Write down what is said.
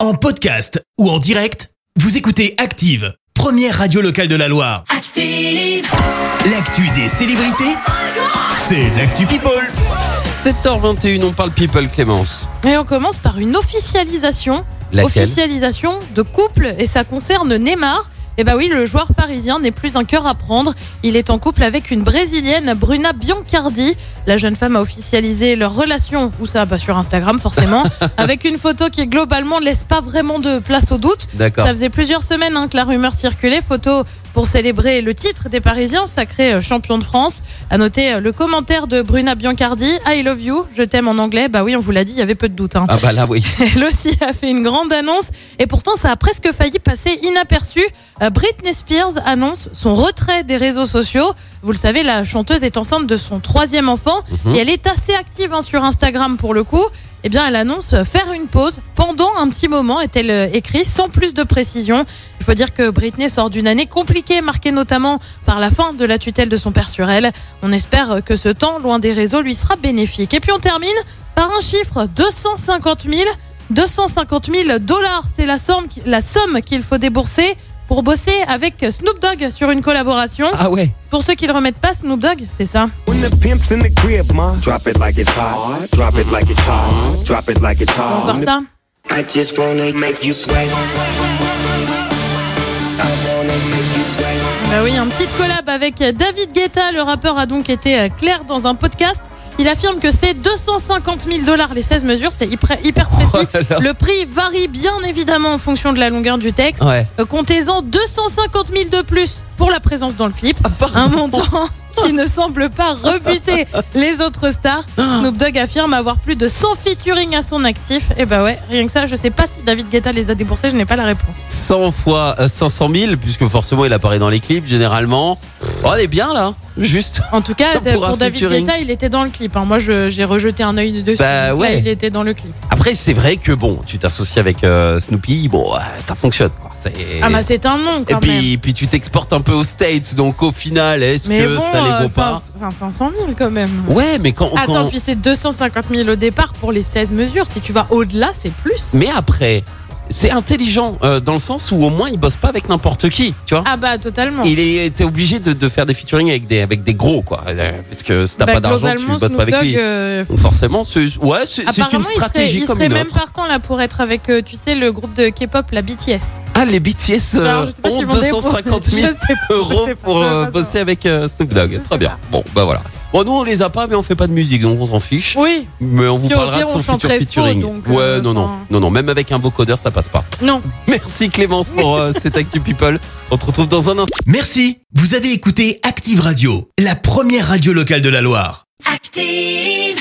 En podcast ou en direct, vous écoutez Active, première radio locale de la Loire. Active, L'actu des célébrités, c'est l'actu People. 7h21, on parle people, Clémence. Et on commence par une officialisation. Laquelle Officialisation de couple et ça concerne Neymar. Et bah oui, le joueur parisien n'est plus un cœur à prendre. Il est en couple avec une brésilienne, Bruna Biancardi. La jeune femme a officialisé leur relation, ou ça, bah sur Instagram forcément, avec une photo qui globalement ne laisse pas vraiment de place au doute. D'accord. Ça faisait plusieurs semaines hein, que la rumeur circulait. Photo pour célébrer le titre des Parisiens, sacré euh, champion de France. À noter euh, le commentaire de Bruna Biancardi, I love you, je t'aime en anglais. Bah oui, on vous l'a dit, il y avait peu de doute. hein. Ah bah là, oui. Elle aussi a fait une grande annonce et pourtant ça a presque failli passer inaperçu. Euh, Britney Spears annonce son retrait des réseaux sociaux. Vous le savez, la chanteuse est enceinte de son troisième enfant Mhm. et elle est assez active hein, sur Instagram pour le coup. Eh bien, elle annonce faire une pause pendant un petit moment, est-elle euh, écrit, sans plus de précision. Il faut dire que Britney sort d'une année compliquée, marquée notamment par la fin de la tutelle de son père sur elle. On espère que ce temps, loin des réseaux, lui sera bénéfique. Et puis on termine par un chiffre 250 000. 250 000 dollars, c'est la somme, qui- la somme qu'il faut débourser pour bosser avec Snoop Dogg sur une collaboration. Ah ouais. Pour ceux qui le remettent pas, Snoop Dogg, c'est ça. When the pimp's in the crib, ma. Drop it like it's hot. Drop it like it's hot. Drop it like it's hot. Encore ça. I just wanna make you sweat. I wanna make you sweat. Bah oui, un petit collab avec David Guetta. Le rappeur a donc été euh, clair dans un podcast. Il affirme que c'est 250 000 dollars les 16 mesures, c'est hyper, hyper précis. Oh là là. Le prix varie bien évidemment en fonction de la longueur du texte. Ouais. Euh, Comptez-en 250 000 de plus pour la présence dans le clip. un montant qui ne semble pas rebuter les autres stars. Snoop Dogg affirme avoir plus de 100 featuring à son actif. Et bah ouais, rien que ça, je sais pas si David Guetta les a déboursés, je n'ai pas la réponse. 100 fois euh, 500 000, puisque forcément il apparaît dans les clips généralement. Oh, on est bien là, juste. En tout cas, euh, Pour pour, un David featuring. Guetta, il était dans le clip. hein. Moi, je- j'ai rejeté un œil dessus. Bah Là, ouais. il était dans le clip. Après, c'est vrai que bon, tu t'associes avec euh, Snoopy, bon, euh, ça fonctionne. quoi. C'est- Ah bah c'est un nom Et quand même. puis, puis tu t'exportes un peu aux States, donc au final, est-ce mais que bon, ça les euh, vaut pas cin- enfin, 500 000 quand même. Ouais, mais quand, Attends, quand- puis c'est 250 000 au départ pour les 16 mesures. Si tu vas au-delà, c'est plus. mais après, c'est intelligent euh, dans le sens où au moins il bosse pas avec n'importe qui, tu vois. Ah bah totalement. Il était obligé de, de faire des featuring avec des, avec des gros, quoi. Euh, Parce que si t'as Bah, pas d'argent, tu globalement, bosses pas avec Snoop lui. Dogg, euh, Donc Forcément, c'est ouais, c'est- c'est apparemment, une stratégie il serait, comme il une serait même autre. partant là pour être avec, euh, tu sais, le groupe de K-pop, la BTS. Ah, les BTS euh, Alors, je sais pas ont s'ils vont déposer. 250 Je 000 sais pas, je euros sais pas, pour je euh, sais pas. bosser avec euh, Snoop Dogg. Je sais Très bien. Bon, bah voilà. Bon, nous on les a pas, mais on fait pas de musique, donc on s'en fiche. Oui, Mais on vous Puis au parlera pire, de on son futur chanterait faux, featuring. donc, ouais, euh, non, non, enfin. non, non. Même avec un vocodeur, ça passe pas. non. Merci Clémence pour euh, cette Actu People. On te retrouve dans un instant. Merci, vous avez écouté Active Radio, la première radio locale de la Loire. active.